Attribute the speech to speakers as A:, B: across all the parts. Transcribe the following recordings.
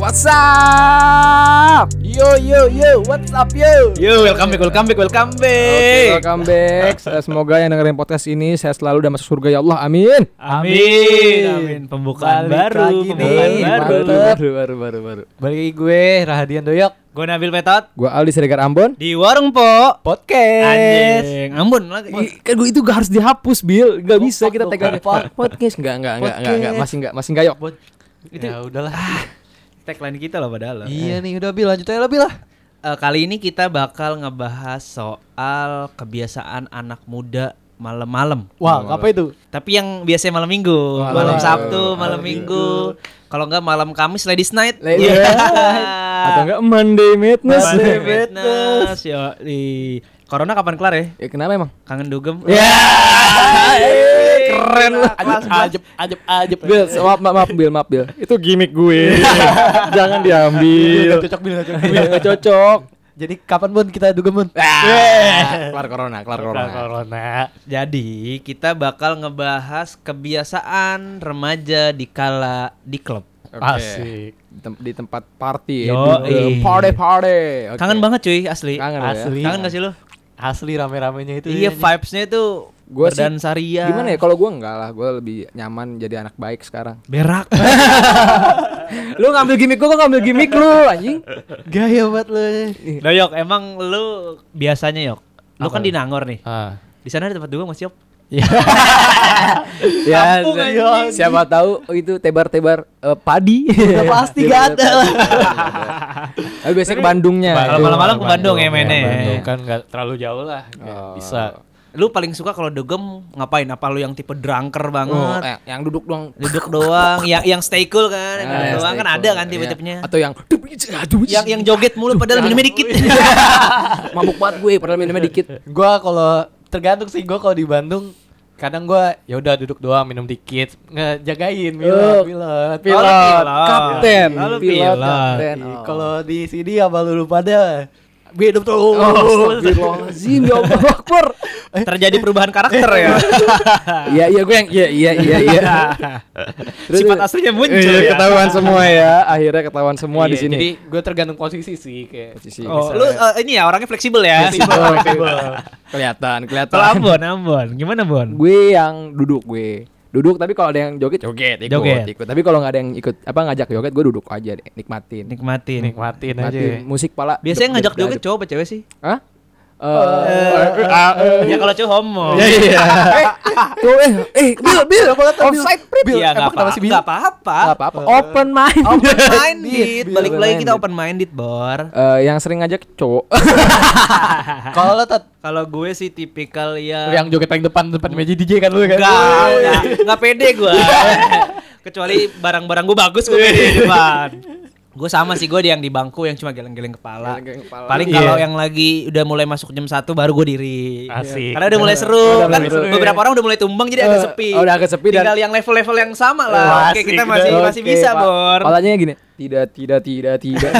A: What's up?
B: Yo yo yo, what's up yo?
A: Yo, welcome back, welcome back, welcome
B: Oke,
A: back.
B: welcome back. Eh, Semoga yang dengerin podcast ini saya selalu dan masuk surga ya Allah. Amin.
C: Amin,
A: Amin.
C: amin. Pembukaan
A: Balik
C: baru,
A: lagi
C: pembukaan
A: nih,
C: baru.
A: mantep.
B: baru, baru, baru, baru.
C: Balik lagi gue
D: Eh,
C: Rahadian Doyok. Gue Nabil Petot
B: Gua Aldi Siregar Ambon.
C: di warung po.
B: Eh. Podcast.
C: Anjing, Ambon lagi.
B: I- Kan gua itu gak harus dihapus, Bil. Gak bisa kita
C: Kompak
B: tegang
C: dong, kompak.
B: podcast. Enggak, enggak, enggak, enggak, enggak.
C: Podcast.
B: Masih enggak, masih enggak yok.
C: Bot. Itu Ah,
D: Ya udahlah.
C: tagline kita loh padahal. loh.
D: iya nih udah Bil lanjut aja lah Bil lah.
C: Eh, kali ini kita bakal ngebahas soal kebiasaan anak muda malam-malam.
D: Wah, apa itu?
C: Tapi yang biasanya malam minggu,
B: Malam
C: malam,
B: minggu.
C: Sabtu,
B: Malam
C: malam, minggu. Kalau enggak malam Kamis Ladies Night.
B: Le-
C: Iya.
B: Atau enggak Ah. Monday Madness.
C: Monday Madness. Yo, di Corona kapan kelar ya?
B: Ya kenapa emang?
C: Kangen dugem.
B: Ya.
C: Iya,
B: Eh, Iya, keren lah.
D: Ajep ajep ajep.
B: Bil, maaf, maaf, maaf, Bil, maaf, Bil. Iya, Itu gimmick gue. Jangan diambil.
D: Gak cocok Bil gak cocok.
B: Gak cocok.
D: Iya. Jadi kapan pun Nah. kita duga Bun?
B: Kelar corona, kelar
D: Corona.
C: Jadi kita bakal ngebahas kebiasaan remaja di kala di klub.
D: Asik.
B: Di, tem- di tempat party. ya,
C: Yoi.
B: Di- di Party party. Oke.
C: Kangen banget cuy asli.
B: Kangen
D: Asli.
B: Asli.
C: Kangen gak sih lo?
D: Asli rame-ramenya itu.
C: Iya vibesnya itu
B: Gua sih-
C: berdansaria saria.
B: Gimana ya kalau gue enggak lah, gue lebih nyaman jadi anak baik sekarang.
C: Berak.
B: lu ngambil gimmick gue, ngambil gimmick lu anjing.
D: Gaya banget lu.
B: Iya.
C: Doyok emang lu biasanya yok. Lu kan di Nangor nih.
D: Ah.
C: Di sana ada tempat dua masih yok.
B: ya,
C: Kampung,
B: si-
C: anjing.
B: siapa tahu oh, itu tebar-tebar eh, padi.
D: Ya pasti
B: Tebar-tebar
D: gak ada lah.
B: padi. Tapi biasanya ke
D: Ya,
B: Bandungnya.
C: Kalau
B: Itu.
C: malam-malam ke Bandung ya mainnya.
D: Bandung kan gak terlalu jauh lah.
B: Oh.
D: Bisa.
C: Lu paling suka kalau dugem ngapain? Apa lu yang tipe
B: Oh,
C: drunker banget?
B: eh, yang duduk doang.
C: Duduk doang, yang yang stay cool kan, yang
B: Ah,
C: duduk
B: yang
C: doang kan
B: stay
C: ada
B: cool.
C: kan
B: Iya.
C: tipe-tipenya.
B: Atau yang
C: Yang yang joget mulu padahal minumnya dikit.
B: mabuk banget gue padahal minumnya dikit.
C: Oh,
D: Gua kalau tergantung sih gua kalau di Bandung kadang gua ya udah duduk doang minum dikit ngejagain
B: Oh,
D: pilot pilot
B: pilot.
C: Oh, pilot.
B: kapten,
C: Lalu
B: pilot,
C: pilot.
B: kapten.
D: Ih,
B: Oh.
D: Kalau di sini apa lu lupa pada beda tuh.
B: Oh, Astagfirullahaladzim ya Allah Akbar.
C: Terjadi perubahan karakter ya.
B: Iya iya gue yang iya iya iya iya. Terus-
C: Sifat aslinya muncul.
B: Iya,
C: ya.
B: ketahuan semua ya. Akhirnya ketahuan semua di
D: Iya,
B: sini.
D: Jadi gue tergantung posisi sih kayak.
B: Posisi.
C: Oh, lu eh, ini ya orangnya fleksibel ya.
B: kelihatan, kelihatan.
C: Kalau Ambon, Ambon, gimana Bon?
B: gue yang duduk gue. Duduk tapi kalau ada yang joget joget ikut,
C: Joget.
B: ikut. Tapi kalau nggak ada yang ikut apa ngajak joget gue duduk aja deh, nikmatin.
C: Nikmatin.
D: Nikmatin
C: Nah,
D: aja.
B: Nikmatin musik pala.
C: Biasanya ngajak joget cowok apa cewek sih?
B: Hah? Eh, ah, Iya,
C: Ya kalau cowok homo.
B: tuh, eh, eh, Bill, Bill, offside, Bill, eh,
C: Ya nggak
D: emang kenapa
C: apa-
D: sih, Bil?
C: nggak apa-apa.
B: Nggak apa-apa, open mind.
C: Open minded.
B: Bil,
C: Balik
B: open
C: lagi kita
B: minded.
C: open minded, Bor.
B: Eh, yang sering ngajak cowok.
D: Kalau lo tet
C: Kalau gue sih tipikal
D: lu
C: yang
D: yang joget paling depan depan meja DJ kan lu kan.
C: enggak, udah. enggak pede gue. Kecuali barang-barang gue bagus gue pede di depan. Gue sama sih gue yang di bangku yang cuma geleng-geleng kepala.
B: Geleng-geleng kepala.
C: Paling
D: Iya.
C: kalau yang lagi udah mulai masuk jam 1 baru gue diri.
D: Asik.
C: Karena udah mulai seru.
B: Udah
C: kan
B: mulai seru.
C: beberapa orang udah mulai tumbang jadi agak
B: Eh,
C: sepi.
B: udah agak sepi dan-
C: Tinggal yang level-level yang sama lah.
D: Wah,
C: Oke,
D: asik.
C: kita masih
B: Oke,
C: masih bisa,
B: Pak.
C: Bor.
B: Palanya gini. Tidak, tidak, tidak, tidak.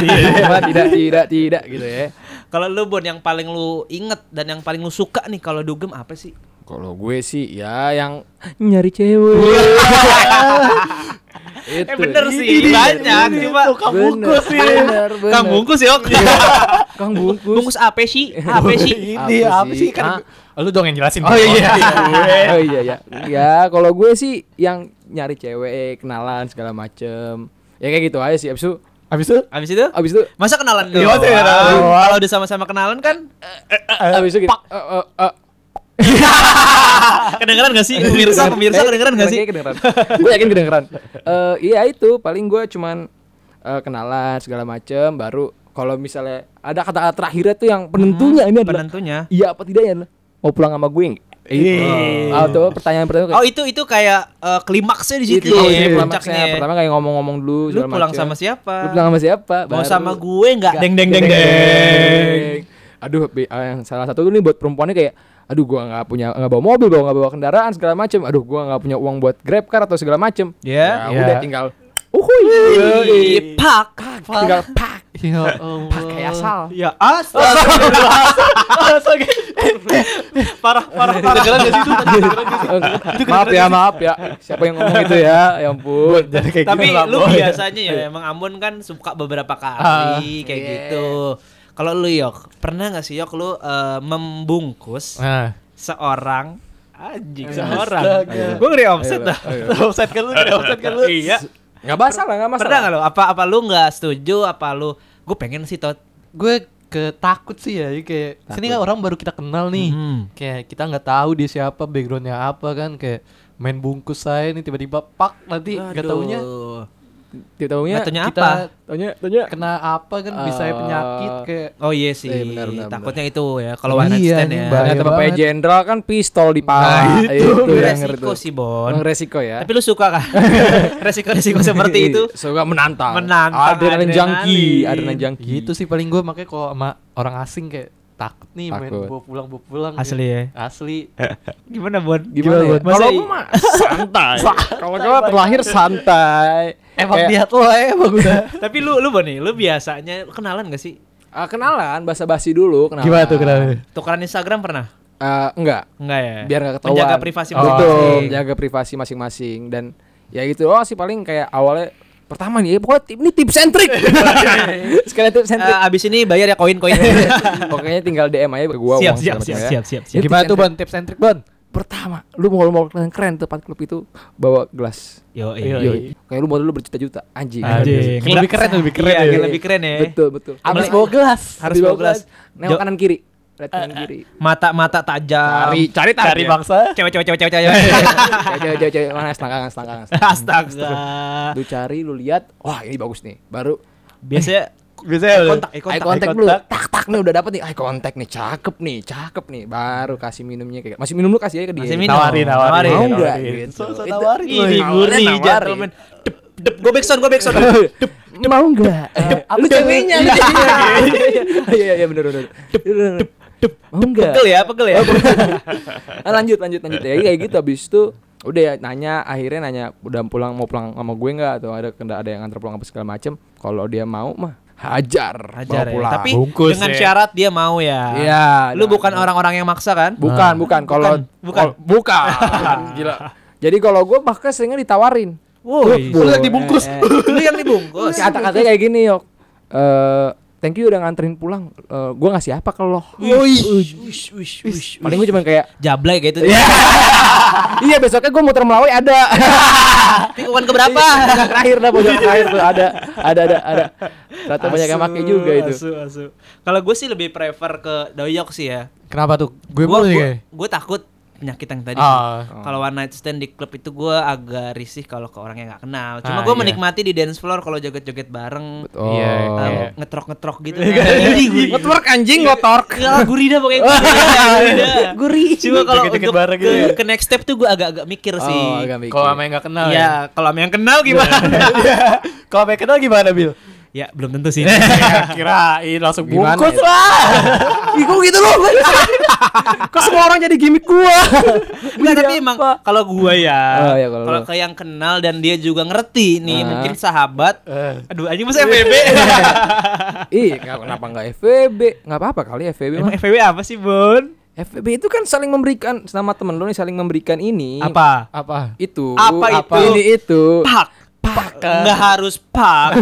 B: Cuma tidak, tidak, tidak gitu ya.
C: Kalau lu Bon yang paling lu inget dan yang paling lu suka nih kalau dugem apa sih?
B: Kalau gue sih ya yang nyari cewek. Itu.
C: Eh bener sih, banyak
B: Iya.
C: cuma
B: Kang bungkus sih. Bener, bener.
C: Kang bungkus ya. Oke.
B: Kang bungkus.
C: Bungkus apa sih? Apa sih?
D: Ini
B: Apa
D: apa,
B: sih?
D: sih kan? Lu dong yang jelasin.
B: Oh iya. oh iya ya. Ya kalau gue sih yang nyari cewek, kenalan segala macem. Ya kayak gitu aja sih. Abis itu,
D: Habis itu
C: Abis itu?
B: abis itu,
C: Masa kenalan
B: Iya,
C: dulu?
D: masa kenalan doang.
C: Kalau udah sama-sama kenalan kan
B: abis itu. Gitu. Eh, eh, eh.
C: kedengeran gak sih? Pemirsa, pemirsa
B: Eh,
C: kedengeran gak sih?
B: kayaknya kedengeran. gue yakin kedengeran. Eh iya itu paling gue cuman eh, kenalan segala macem. Baru kalau misalnya ada kata-kata terakhirnya tuh yang
C: Hmm,
B: penentunya ini adalah
C: Penentunya.
B: iya apa tidak ya mau pulang sama gue nggak? itu atau pertanyaan pertama
C: Iya. Oh itu itu kayak eh, klimaksnya di
B: Itu,
C: situ, ya,
B: iya,
C: puncaknya.
B: klimaksnya. pertama kayak ngomong-ngomong dulu
C: Lu
B: segala
C: pulang
B: macem.
C: sama siapa?
B: Lu pulang sama siapa?
C: Mau
B: Baru- Iya.
C: sama gue nggak? Deng deng deng
B: Deng. Aduh, be- ah, yang salah satu nih buat perempuannya kayak aduh gua nggak punya nggak bawa mobil, bawa nggak bawa kendaraan segala macem. Aduh, gua nggak punya uang buat Grab car atau segala macem. Ya,
C: Ya.
D: Ya.
B: udah tinggal Uhuy. Yoi.
C: Pak.
B: Tinggal pak.
D: Ya Allah.
B: Pakai asal.
C: Ya asal. parah parah parah.
D: Kedengeran gak sih itu tadi? Kedengeran gak sih?
B: maaf ya, maaf ya. Siapa yang ngomong itu ya? Ya ampun.
D: Jadi kayak
C: Tapi
B: Iya,
D: gini lah,
C: lu
D: Boy.
C: biasanya ya emang Ambon kan suka beberapa kali kayak
B: Iya.
C: gitu. Kalau lu Yok, pernah nggak sih Yok lu eh, membungkus
D: Nah.
C: seorang anjing
B: Astaga.
C: seorang. Gue ngeri offset
B: Ayo,
C: dah.
B: ayo.
D: Offset kan lu, offset kan lu.
C: Iya.
B: Enggak masalah, enggak masalah.
C: Pernah nggak lo? Apa apa lu nggak setuju? Apa lu? Gue pengen sih tot.
D: Gue ketakut sih ya kayak sini kan orang baru kita kenal nih.
B: Hmm.
C: Mhm.
D: Kayak kita nggak tahu dia siapa, backgroundnya apa kan kayak main bungkus saya nih tiba-tiba pak nanti nggak taunya
C: Aduh.
B: Tiap tahunnya
C: Nggak taunya
D: kita
C: apa?
B: taunya taunya
D: kena apa kan bisa
B: Eh,
D: penyakit kayak
C: Oh iya sih.
B: Iya, benar, benar,
C: Takutnya itu ya kalau
D: Iya,
C: one night stand
D: ini
C: ya. Ah,
D: bahaya
B: ternyata Bapak
D: banget.
B: Jenderal kan pistol di paha.
D: itu.
C: Nah, Itu
B: Ah, yang
C: resiko
B: ngerti.
C: sih Bon.
B: Emang resiko ya.
C: Tapi lu suka kan? Resiko-resiko seperti itu.
B: Suka menantang.
C: Menantang,
B: Adrenalin junkie,
C: adrenalin.
B: adrenalin junkie.
D: gitu sih paling gue makanya kalau sama orang asing kayak takut Eh. nih main
B: Takut.
D: bawa pulang bawa pulang gitu.
C: Asli ya.
D: asli
C: Gimana Bon?
B: Gimana ya?
C: Masa
B: Kalau
C: i-
B: gua mah santai. Kalau gua terlahir santai.
D: emang
B: Kayak,
D: lihat lo ya emang udah
C: Tapi lu lu Bon nih, lu biasanya lu kenalan gak sih?
B: ah, kenalan basa-basi dulu kenalan.
D: Nah,
C: Tukeran Instagram pernah?
B: Eh, enggak,
C: Enggak ya.
B: biar nggak ketahuan. Ah, Oh,
C: Menjaga privasi
B: Betul,
C: masing-masing.
B: menjaga privasi masing-masing dan ya gitu. Oh, sih paling kayak awalnya pertama nih, eh, pokoknya tip, ini tip sentrik. Sekalian tip
C: Eh,
B: sentrik.
C: abis ini bayar ya koin-koin.
B: Pokoknya tinggal DM aja ke gua
C: siap,
B: uang
C: siap,
B: segala macam ya.
C: siap, siap, siap, siap.
B: Iya.
D: gimana tuh bon tips and trick bon
B: Pertama, lu mau mau keren, keren tempat klub itu bawa gelas.
C: Yo,
D: Yo,
C: yo.
D: iya.
B: Yoi. Kayak lu mau dulu berjuta-juta anjing. Iya,
C: Anjing.
D: Kayak lebih keren, lebih keren
C: Iya,
D: ya.
C: kayak lebih keren ya.
B: Betul, betul.
D: abis
C: Harus-
D: bawa gelas
C: Harus
B: Di
C: bawa
B: bawah
C: gelas.
B: Nengok
C: Jo- Eh,
B: kanan kiri. Lihat kanan kiri.
C: Mata-mata tajam.
B: Cari, cari
D: cari bangsa
C: Cewek-cewek cewek-cewek cewek.
B: Cewek, cewek, cewek, cewek. mana selangkangan, selangkangan. selangkangan.
C: Astaga.
B: Lu cari, lu lihat, wah ini bagus nih. Baru
C: Biasanya
D: biasanya
C: eye contact, eye
B: eye
C: contact.
B: contact
D: eye
B: dulu.
D: contact.
B: Tak tak nih udah dapet nih eye contact nih. Cakep nih, cakep nih. Baru kasih minumnya kayak. Masih minum lu kasih aja ke dia.
C: Masih minum.
D: nawarin nawarin
B: Mau enggak
D: nawarin.
B: gitu.
D: So- so
B: Itu-
D: nawarin
B: Ih,
D: Boy.
C: Ini
B: Nawarin,
C: gurih
B: nawarin.
C: gentleman. Dep, dep. Gue back sound, gue back sound.
B: Dup, dup. Eh, Mau enggak? Eh, Lu ceweknya, lu ceweknya. Iya, iya benar benar. Mau enggak?
C: Pegel ya, pegel
B: Oh,
C: ya.
B: Nah, lanjut lanjut lanjut ya kayak gitu habis itu udah ya nanya akhirnya nanya udah pulang mau pulang sama gue nggak atau ada kenda ada yang antar pulang apa segala macem kalau dia mau mah hajar bawa
C: Hajar ya.
B: pulang
C: Tapi
D: Bungkus
C: dengan
D: ya.
C: syarat dia mau ya.
B: Iya,
C: Lu
B: nah.
C: bukan orang-orang yang maksa kan?
B: bukan bukan kalau
C: bukan.
B: kal- bukan gila jadi kalau gue bahkan seringnya ditawarin
C: Woi,
D: Lu yang dibungkus
C: lu yang
B: Iya,
C: dibungkus.
B: kata-katanya Oh, kayak gini yok eh thank you udah nganterin pulang Eh, gue ngasih apa ke lo
C: Wish, wish, wish, wish.
B: paling gue cuma kayak
C: Jablay kayak gitu. itu.
B: iya besoknya gue muter melawai ada
C: Tikungan keberapa?
B: Pojok terakhir dah pojok terakhir tuh ada ada ada ada. Ternyata banyak yang
C: Asu,
B: pakai juga itu.
C: asu, asu. Kalau gue sih lebih prefer ke doyok sih ya.
D: kenapa tuh gue
C: Gue
D: mulu sih kayak
C: gue takut penyakit yang tadi.
D: ya? ah
C: Kalau one night stand di klub itu gue agak risih kalau ke orang yang gak kenal. Cuma
D: Ah,
C: gue
D: iya.
C: menikmati di dance floor kalau joget-joget bareng,
B: Oh.
D: Iya,
C: um,
D: iya.
C: ngetrok-ngetrok gitu. Kan.
B: Ngetwork anjing ngotork.
C: Ya, gurih dah pokoknya gurih dah, gurih dah.
B: Gurih.
C: Cuma kalau
D: Joget-joget
C: untuk
D: bareng
C: ke,
D: gitu ya.
C: ke next step tuh gue agak-agak mikir sih.
B: Oh, agak mikir.
D: kalau sama yang gak kenal ya
C: Iya, kalau sama yang kenal gimana?
D: Iya. kalau sama yang kenal gimana Bil
C: ya, belum tentu sih.
D: Iya, kirain langsung
B: Gimana
D: bungkus
B: itu?
D: lah
B: Ih, kok gitu loh. Kok semua orang jadi gimmick gua. Iya,
C: Enggak, tapi emang kalau gua ya,
B: Oh, iya, kalau
C: kalau
B: lu.
C: ke yang kenal dan dia juga ngerti
B: Ah.
C: nih, mungkin sahabat.
D: Eh.
C: Aduh, anjing masa FWB?
B: Ih, nggak- kenapa enggak FVB? Enggak apa-apa kali FVB. mah.
C: Emang FWB apa sih, Bun?
B: FVB itu kan saling memberikan sama temen lu nih saling memberikan ini.
C: Apa?
D: apa
B: Itu.
C: Apa itu?
B: Ini itu.
C: Pak. Pak. Enggak harus pak.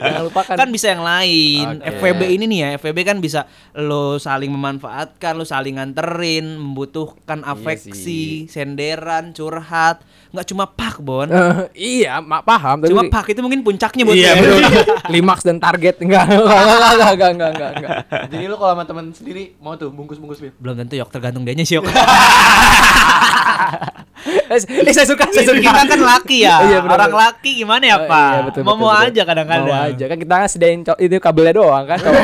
B: Jangan lupakan.
C: kan bisa yang lain.
B: Oke.
C: FWB ini nih ya, FWB kan bisa lo saling memanfaatkan, lo saling nganterin, membutuhkan
B: Iya
C: afeksi, senderan, curhat. Nggak cuma pak, Bon.
B: Eh, iya, mak paham tapi
C: Cuma pak itu mungkin puncaknya buat
B: Iya,
C: dia.
B: betul. Klimaks dan target enggak enggak enggak enggak enggak enggak enggak. enggak.
D: jadi lu kalau sama teman sendiri mau tuh bungkus-bungkus Bil
C: Belum tentu yok tergantung dianya sih yok.
B: Iya, Eh, eh, saya suka, saya
C: Itu
B: suka.
C: kita kan laki ya.
B: Iya, benar,
C: Orang
B: benar.
C: laki gimana ya,
B: Oh,
C: Pak?
B: iya, betul,
C: mau
B: betul,
C: mau
B: betul.
C: aja kadang-kadang.
B: Mau aja kan kita sedain col- itu kabelnya doang kan. colok.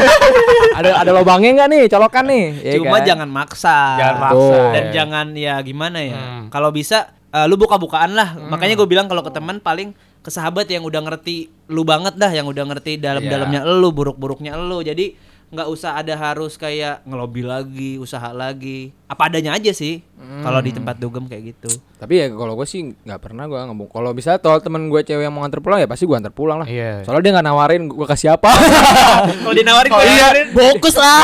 B: ada ada lubangnya enggak nih colokan nih? Iya
C: Cuma
B: kan?
C: jangan maksa.
D: Jangan
B: maksa. Betul.
C: Dan jangan ya gimana ya.
D: Hmm.
C: Kalau bisa eh, lu buka-bukaan lah. Makanya gue bilang kalau ke teman paling ke
B: Iya.
C: sahabat yang udah ngerti lu banget dah, yang udah ngerti dalam-dalamnya lu, buruk-buruknya lu. Jadi nggak usah ada harus kayak ngelobi lagi usaha lagi apa adanya aja sih
B: Hmm.
C: kalau di tempat dugem kayak gitu
B: Tapi ya kalau gue sih nggak pernah gue ngomong. Kalau bisa tol temen gue cewek yang mau nganter pulang ya pasti gue anter pulang lah.
D: Iya.
B: Soalnya dia nggak nawarin gue kasih apa.
C: kalau dinawarin
A: Oh,
C: gue
A: iya, fokus lah.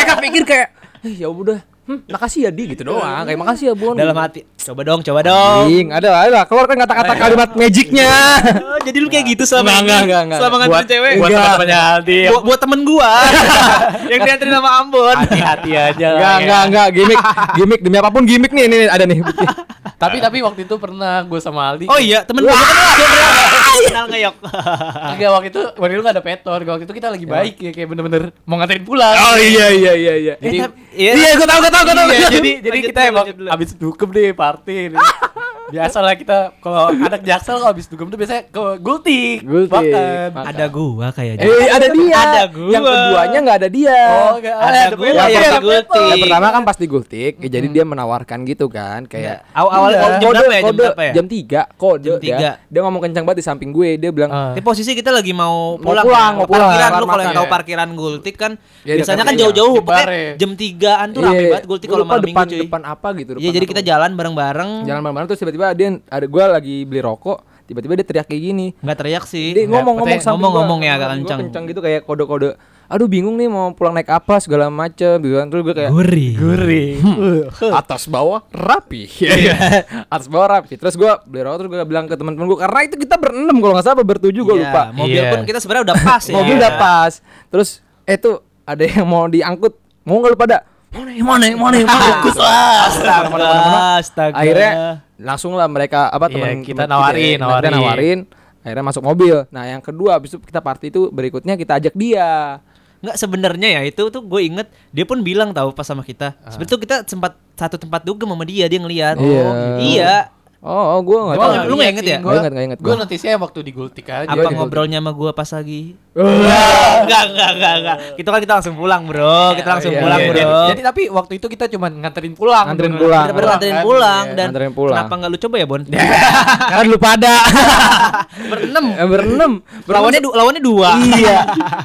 A: Mereka pikir kayak
B: Eh, ya udah. Hmm, makasih ya di gitu doang. Kayak makasih ya Bon.
C: dalam hati coba dong coba dong
B: Anjing, ada lah, ada lah. Keluar kan kata-kata kalimat magicnya.
C: Oh, jadi lu kayak gitu
B: Enggak,
C: selama ini?
B: enggak, enggak, enggak.
C: selama nganterin cewek
D: buat
B: Enggak.
D: teman-temannya Aldi yang
C: buat, buat temen gua yang dianterin sama Ambon
D: hati-hati aja lah
B: Enggak,
D: ya.
B: enggak, enggak. Gimik, gimik demi apapun gimik nih. Ini nih, ada nih buktinya.
D: tapi tapi waktu itu pernah gue sama Aldi
C: Nah. oh iya temen gua kenal kenal ngeyok
D: Enggak waktu itu waktu itu gak ada petor waktu itu kita lagi
C: Iya.
D: baik ya kayak bener-bener mau nganterin pulang
B: Oh iya iya iya iya.
D: Jadi-
C: Eh, tapi- iya.
B: Iya, gue tahu, gue tahu, gue tahu.
D: Iya, jadi jadi
C: Lanjut
D: kita
C: dulu,
D: emang
C: lanjut dulu.
D: abis dugem deh party. Biasa lah kita kalau anak jaksel kalau abis dugem tuh biasanya ke gultik.
B: Gultik.
D: makan.
B: Makan.
C: ada gua kayaknya
B: Eh, ada dia.
C: Ada gua.
B: Yang keduanya enggak ada dia.
D: Oh, enggak
C: ada
D: ada.
C: gue
D: petor,
B: yang
C: di
D: ada
C: iya, gultik.
D: petor.
B: Yang pertama kan pasti gultik, ya jadi dia menawarkan gitu kan, kayak
C: awal awal
D: Iya.
C: jam berapa ya jam
B: kode,
C: berapa ya
B: jam 3 kode
C: Jam
B: dia.
C: tiga.
B: Dia ngomong kencang banget di samping gue, dia bilang
D: Ah.
C: Di posisi kita lagi mau
B: Mau
C: pulang,
B: pulang, mau pulang,
C: parkiran
B: kelar
C: lu kalau yang
B: makan,
C: tahu
B: ya.
C: parkiran Gultik kan
B: Ya,
C: biasanya
B: dekat
C: kan
B: iya.
C: jauh-jauh
D: Di
C: pokoknya
D: bar ya.
C: jam 3-an tuh rame
B: "Iya,
C: banget Gultik
B: lu
C: kalau
B: lupa
C: malam
B: depan,
C: minggu cuy.
B: depan apa gitu
C: Iya
B: depan Iya.
C: jadi
B: apa.
C: kita jalan bareng-bareng
B: jalan malam-malam terus tiba-tiba dia ada gue lagi beli rokok, tiba-tiba dia teriak kayak gini.
C: nggak teriak sih.
B: Dia ngomong-ngomong
C: Maksudnya
B: sambil
C: ngomong-ngomong
B: gua-
C: ya agak
B: gua
C: kencang.
B: Kencang gitu kayak kode-kode. Aduh bingung nih mau pulang naik apa segala macem gitu kan. Terus gue kayak
C: Gurih.
D: Gurih. Hmm.
B: atas bawah rapi. Iya, atas bawah rapi. Terus gue beli rokok terus gue bilang ke teman-teman gue karena itu kita berenam kalau nggak salah apa bertujuh gue
C: Iya,
B: lupa.
C: Mobil
D: Iya.
C: pun kita sebenarnya udah pas ya.
B: Mobil udah pas. Terus eh tuh ada yang mau diangkut. Mau nggak lu pada? Mau nih, mau nih, mau nih, mau nih.
C: Bagus lah. Astaga. Astaga.
B: Akhirnya langsung lah mereka apa
D: Iya,
B: teman
D: kita
B: teman
D: nawarin,
B: Nah, kita
D: nawarin.
B: nawarin. Akhirnya masuk mobil. Nah yang kedua habis itu kita party itu berikutnya kita ajak dia.
C: nggak sebenarnya ya itu tuh gue inget dia pun bilang tahu pas sama kita. Sebetulnya kita sempat satu tempat dugem sama dia dia ngelihat.
B: Oh, Iya. gitu.
C: Iya.
B: Oh, oh gue nggak
C: Emang
B: tahu.
C: lu nggak inget ya?
B: Nggak inget, nggak inget
D: Gue
B: gua.
D: notisnya yang waktu di gultik aja.
C: Apa
D: Gitu.
C: ngobrolnya sama gue pas lagi? Enggak, enggak, enggak, enggak. Itu kan kita langsung pulang, Bro. Kita langsung
D: Iya,
C: pulang,
D: iya.
C: Bro.
D: Jadi, jadi tapi waktu itu kita cuma nganterin pulang.
B: Nganterin
D: Bener-bener.
B: pulang.
C: Bener-bener nganterin
D: kan?
C: pulang
D: Iya.
C: dan
B: Nganterin pulang.
C: kenapa nggak lu coba ya, Bon?
B: Kan lu pada
C: Berenam.
B: Eh, berenam.
C: Lawannya du- lawannya dua.
B: Iya.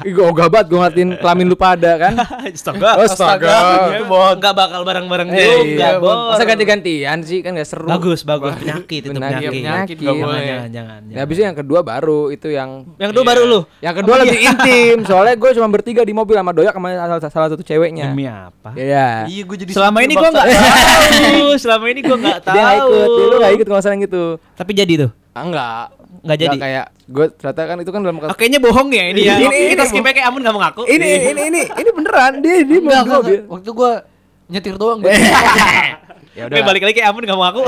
B: Ih, Gue ogah banget gue ngeliatin kelamin lu pada kan.
C: Astaga.
B: Astaga.
C: Iya, Bon. Nggak bakal bareng-bareng
B: Eh,
C: juga,
B: iya,
C: Bon.
B: Masa ganti-gantian sih kan gak seru.
C: Bagus, bagus. Penyakit itu
B: Benar, iya,
C: penyakit.
D: Penyakit
B: Penyakit.
D: nggak
C: Jangan,
D: boleh.
C: jangan, jangan.
B: Nah, habis itu yang kedua baru itu yang
C: Yang kedua baru lu. Iya.
B: yang kedua lebih intim. Soalnya gue cuma bertiga di mobil sama doyak sama salah, salah satu ceweknya.
C: Demi apa?
B: Iya.
D: Iya, gue jadi
C: Selama ini gua
D: gua
C: nggak tahu. Selama ini gua nggak tahu.
B: Dia gak ikut, dia lu gak ikut kalau misalnya gitu.
C: Tapi jadi tuh.
B: Ah, enggak.
C: Nggak jadi?
B: kayak gue ternyata kan itu kan dalam
C: Ah, kayaknya bohong ya ini ya.
B: Ini-
C: Oke,
B: ini
C: kita
B: bohong.
C: skip aja kayak Amun nggak mau ngaku. Iya.
B: ini ini ini ini beneran dia dia mau
D: Enggak,
B: dua
D: enggak.
B: dia.
D: Waktu gue nyetir doang.
B: Ya
C: Oke, balik lagi kayak Amun nggak mau ngaku.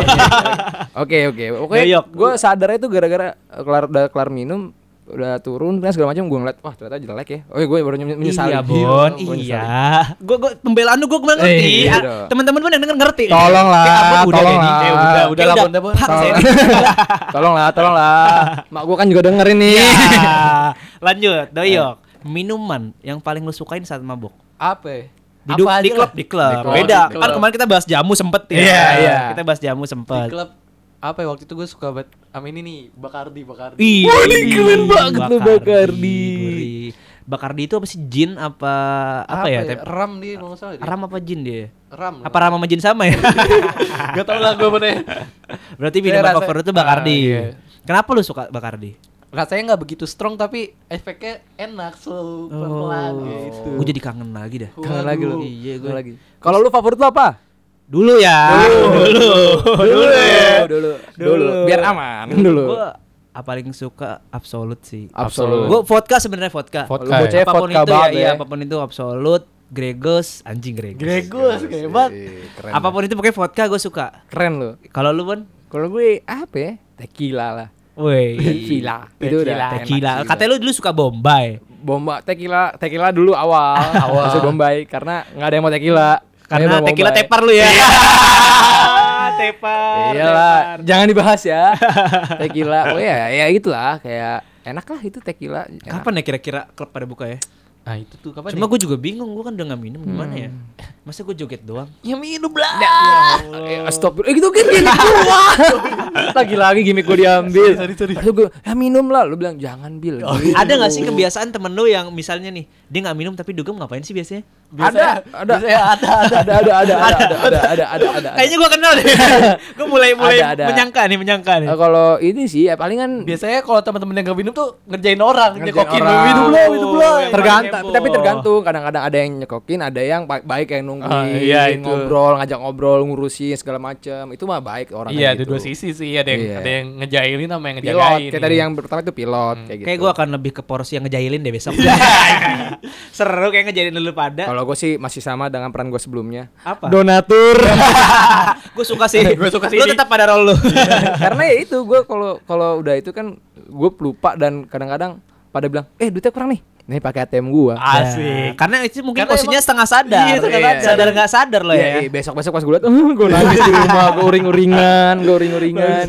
B: Oke oke. Oke.
C: Yuk.
B: Gue sadarnya itu gara-gara eh, kelar udah kelar minum udah turun kan segala macam gue ngeliat wah ternyata jelek ya. Oh gue baru nyem- menyesali.
C: Iya, Bon.
B: Gua
C: Iya.
B: nyesali.
C: Gua gua pembelaan lu gua kemarin ngerti.
B: Eh, iya
C: Ah,
B: dong.
C: Teman-teman pun yang denger ngerti.
B: Tolonglah,
C: Kayak Amun udah
B: tolonglah. Ya
C: deh,
D: Eh,
C: nih.
D: udah,
C: Kayak
D: udah lah, Bon, dah, Bon.
C: Pak, saya-
B: Tolonglah, tolonglah. Mak gue kan juga denger ini.
D: Iya.
C: Ya. Lanjut,
D: Eh.
C: Doyok. Minuman yang paling lu sukain saat mabuk?
D: Apa? ya?
C: Di,
D: Apa
C: du-
D: aja
C: di klub,
D: lah.
C: di klub.
D: klub,
C: Beda.
D: di
C: Kan
D: klub.
C: kemarin kita bahas jamu sempet ya.
B: Iya, iya.
C: Kita bahas jamu
D: di
C: sempet.
D: klub apa ya waktu itu gue suka banget sama ini nih Bakardi Bakardi
C: Ih,
B: Waduh, keren banget lu, Bacardi.
C: gurih. Bacardi itu apa sih? Jin apa apa, ya? Tep?
D: ram dia kalau nggak salah dia.
C: Ram apa jin dia?
D: ram
C: Apa ram sama jin sama ya?
D: gak tau lah gue bener
C: Berarti
D: Saya
C: minuman
D: rasa-
C: favorit itu Bacardi.
D: Ah, iya.
C: Kenapa lu suka Bacardi?
D: rasanya nggak begitu strong tapi efeknya enak slow pelan pelan gitu
C: Gue Oh, jadi kangen lagi dah.
B: Kangen lagi lu.
C: Iya,
B: Kangen
C: gue-
B: lagi. Kalau lu favorit lu apa?
C: Dulu ya. Dulu. Dulu.
B: ya. dulu,
C: Dulu.
B: dulu. Biar aman dulu.
C: Gue paling suka absolut sih.
B: Absolut.
C: Gue vodka sebenarnya vodka.
D: Vodka.
B: Lu bocah
C: apapun
B: vodka
C: itu ya,
B: banget
C: iya,
B: ya.
C: apapun itu absolut, Gregos, anjing Gregos.
D: Gregus hebat
B: Keren.
C: apapun itu pakai vodka gue suka.
B: Keren lu.
C: Kalau lu Bon?
B: Kalau gue apa ya? Tequila lah.
C: Woi.
B: Tequila. Itu udah. enak
C: Tequila.
B: sih.
C: Katanya lu dulu suka Bombay.
B: Bomba tequila, tequila dulu awal, awal. Masuk Bombay karena nggak ada yang mau tequila.
C: Karena
B: Ada yang mau
C: tequila
B: Bombay. Iya.
C: tepar lu ya. tepar.
B: Iyalah,
C: tepar.
B: jangan dibahas ya. tequila. Oh ya, ya itulah kayak enak lah itu tequila. Enak.
C: Kapan ya kira-kira klub pada buka ya?
D: Ah itu tuh kapan?
C: Cuma
D: ya?
C: gue juga bingung, gue kan udah gak minum gimana ya?
B: Hmm.
C: Masa gue joget doang?
D: ya minum lah. iya.
B: Eh, stop eh gitu kan gimmick gua lagi-lagi gimmick gua diambil sorry, sorry, gua ya minum lah lu bilang jangan bil Gitu.
C: Ada gak sih kebiasaan temen lu yang misalnya nih, dia gak minum tapi dugem ngapain sih biasanya?
D: Biasanya-
B: ada.
D: biasanya ada ada.
B: ada ada ada ada ada ada ada ada ada
C: Kayaknya gue kenal deh. gue mulai mulai
B: Ada, ada.
C: menyangka nih, menyangka nih.
B: Eh, kalau ini sih ya palingan
D: Biasanya kalau teman-teman yang gak minum tuh ngerjain orang,
B: Ngerjain
D: nyekokin
B: orang. iya,
D: minum lo, minum lo.
C: Oh, yang paling
B: tergantung
C: heboh.
B: tapi tergantung kadang-kadang ada yang nyekokin ada yang ba- baik yang nungguin
D: Ah, iya, itu.
B: ngobrol ngajak ngobrol ngurusin segala macam itu mah baik orang
D: Iya, ada
B: kayak gitu.
D: dua sisi sih. Ada yang
B: Iya.
D: ada yang ngejailin sama yang
B: pilot
D: ngejagain. Hmm.
B: kayak tadi yang pertama itu pilot kayak gitu
C: Kayak gue akan lebih ke porsi yang ngejailin deh besok. Seru kayak ngejailin dulu pada.
B: kalau gue sih masih sama dengan peran gue sebelumnya
C: Apa?
B: donatur
C: gue suka sih.
D: Gua suka sih
C: Lu
D: ini.
C: tetap pada role lu.
B: karena ya itu gue kalau kalau udah itu kan gue lupa dan kadang-kadang pada bilang eh duitnya kurang nih nih pakai ATM gue
D: asik.
C: Karena itu mungkin
D: Karena
C: posisinya
D: emang-
C: setengah sadar.
D: Iya, setengah
B: sadar.
C: Sadar nggak sadar loh
B: Iya,
C: ya.
B: iya, besok-besok pas gue liat, gue nangis di rumah, gue uring-uringan, gue uring-uringan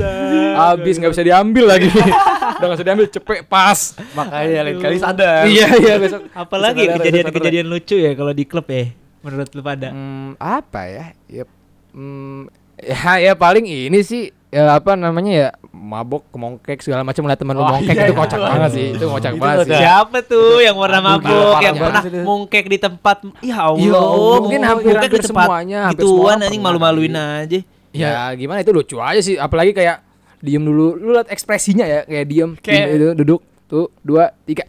B: Abis gak bisa diambil lagi Udah gak bisa diambil, cepet pas
D: Makanya lain kali sadar.
B: Iya, iya besok
C: Apalagi
B: besok ada-
C: kejadian-kejadian lucu ya kalau di klub ya. Menurut lu pada.
B: Hmm, apa ya? Yep. Hmm, ya, ya paling ini sih ya apa namanya ya mabok mongkek segala macam ngeliat teman lu
D: Wah,
B: mongkek
D: iya,
B: itu
D: iya.
B: kocak banget sih itu kocak
D: Itu
B: banget
D: udah.
B: sih
C: Siapa tuh yang warna
D: gila,
C: mabuk,
D: parah
C: yang
D: banget
C: pernah
D: sih dia.
C: mungkek di tempat Ya Allah,
B: Ya Allah, mungkin
C: mungkek
B: hampir-
C: di
B: hampir
C: tempat
B: semuanya, hampir semua
C: Gituan
B: orang
C: anjing
B: pernah.
C: malu-maluin aja
B: ya gimana itu lucu aja sih apalagi kayak diem dulu lu liat ekspresinya ya kayak diem,
D: Kayak-
B: diem itu duduk tuh dua tiga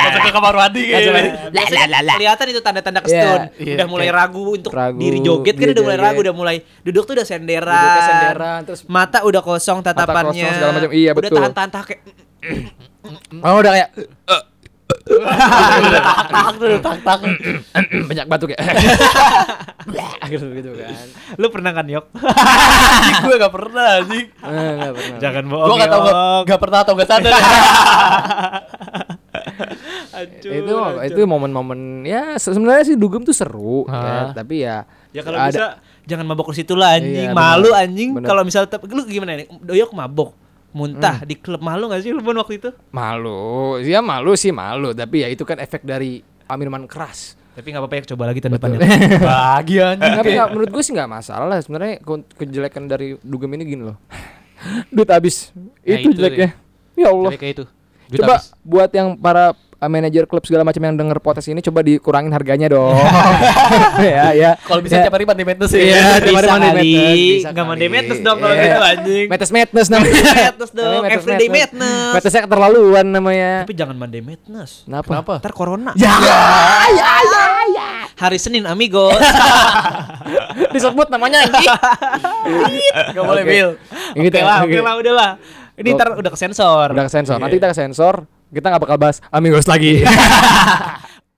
D: Masuk ke kamar mandi
B: Langsung aja.
D: kayaknya.
C: La, la, la, la. Kelihatan itu tanda-tanda ke
B: Iya,
C: stun
D: iya,
C: Udah mulai
D: kayak
C: ragu untuk
B: ragu,
C: diri joget kan
B: iya,
C: udah mulai
B: joget.
C: ragu Udah mulai duduk tuh udah senderan,
B: Duduknya senderan, terus-
C: Mata udah kosong tatapannya
B: kosong, segala macam. Iya,
C: Udah
B: betul.
C: tahan-tahan tahan, kayak
B: oh udah kayak
D: Tak tuh, tak tak.
B: banyak batuk ya gitu gitu kan
C: Lu pernah kan Yok?
D: Anjing, Gue gak pernah anjing.
B: Eh, nggak pernah
C: Jangan Kan, bohong
D: Gue gak tau
C: Yok.
D: gak pernah atau gak sadar.
C: Hancur,
B: itu
C: hancur.
B: itu momen-momen ya se- sebenarnya sih dugem tuh seru ya,
D: Hah?
B: tapi ya
C: Ya kalau
B: ada-
C: bisa jangan mabok ke situ lah anjing.
B: Iya,
C: malu
B: benar.
C: anjing
B: Benar. Hmm.
C: kalau misal tep- lu gimana nih? Doyok mabok, muntah di klub malu gak sih lu pun waktu itu?
B: malu ya malu sih malu tapi ya itu kan efek dari ah, minuman keras
C: Tapi nggak apa-apa ya coba lagi tahun depan. ya.
D: Bagi anjing.
B: tapi nggak- menurut gue sih nggak masalah sebenarnya ke- kejelekan dari dugem ini gini loh duit habis
D: Nah,
B: itu,
D: itu
B: jeleknya ya Allah
D: Kayak itu.
B: coba buat yang para uh, manajer klub segala macam yang denger podcast ini coba dikurangin harganya dong ya ya
D: Kalau bisa
B: Ya.
D: tiap hari mandi madness ya.
B: Iya, tiap hari
C: bisa
B: mandi
C: kali.
B: Madness, bisa
C: Nggak mandi
B: kali.
C: Madness dong kalau
B: Iya.
C: gitu, anjing.
B: Madness Madness namanya.
C: Madness dong,
B: Namanya
C: everyday Madness.
B: Madnessnya keterlaluan namanya.
C: Tapi jangan Monday Madness.
B: Kenapa?
D: Kenapa?
C: Ntar corona.
B: Nah. Ya, ya, ya, ya.
C: Hari Senin amigo.
B: Disebut namanya anjing.
D: Gak boleh
B: Oke. ya,
D: Bill.
B: Ini
C: Oke
B: kita-
C: lah,
B: oke.
C: oke lah, udah lah. Ini ntar udah ke sensor.
B: Udah ke sensor. Nanti kita ke sensor, kita nggak bakal bahas amigos lagi.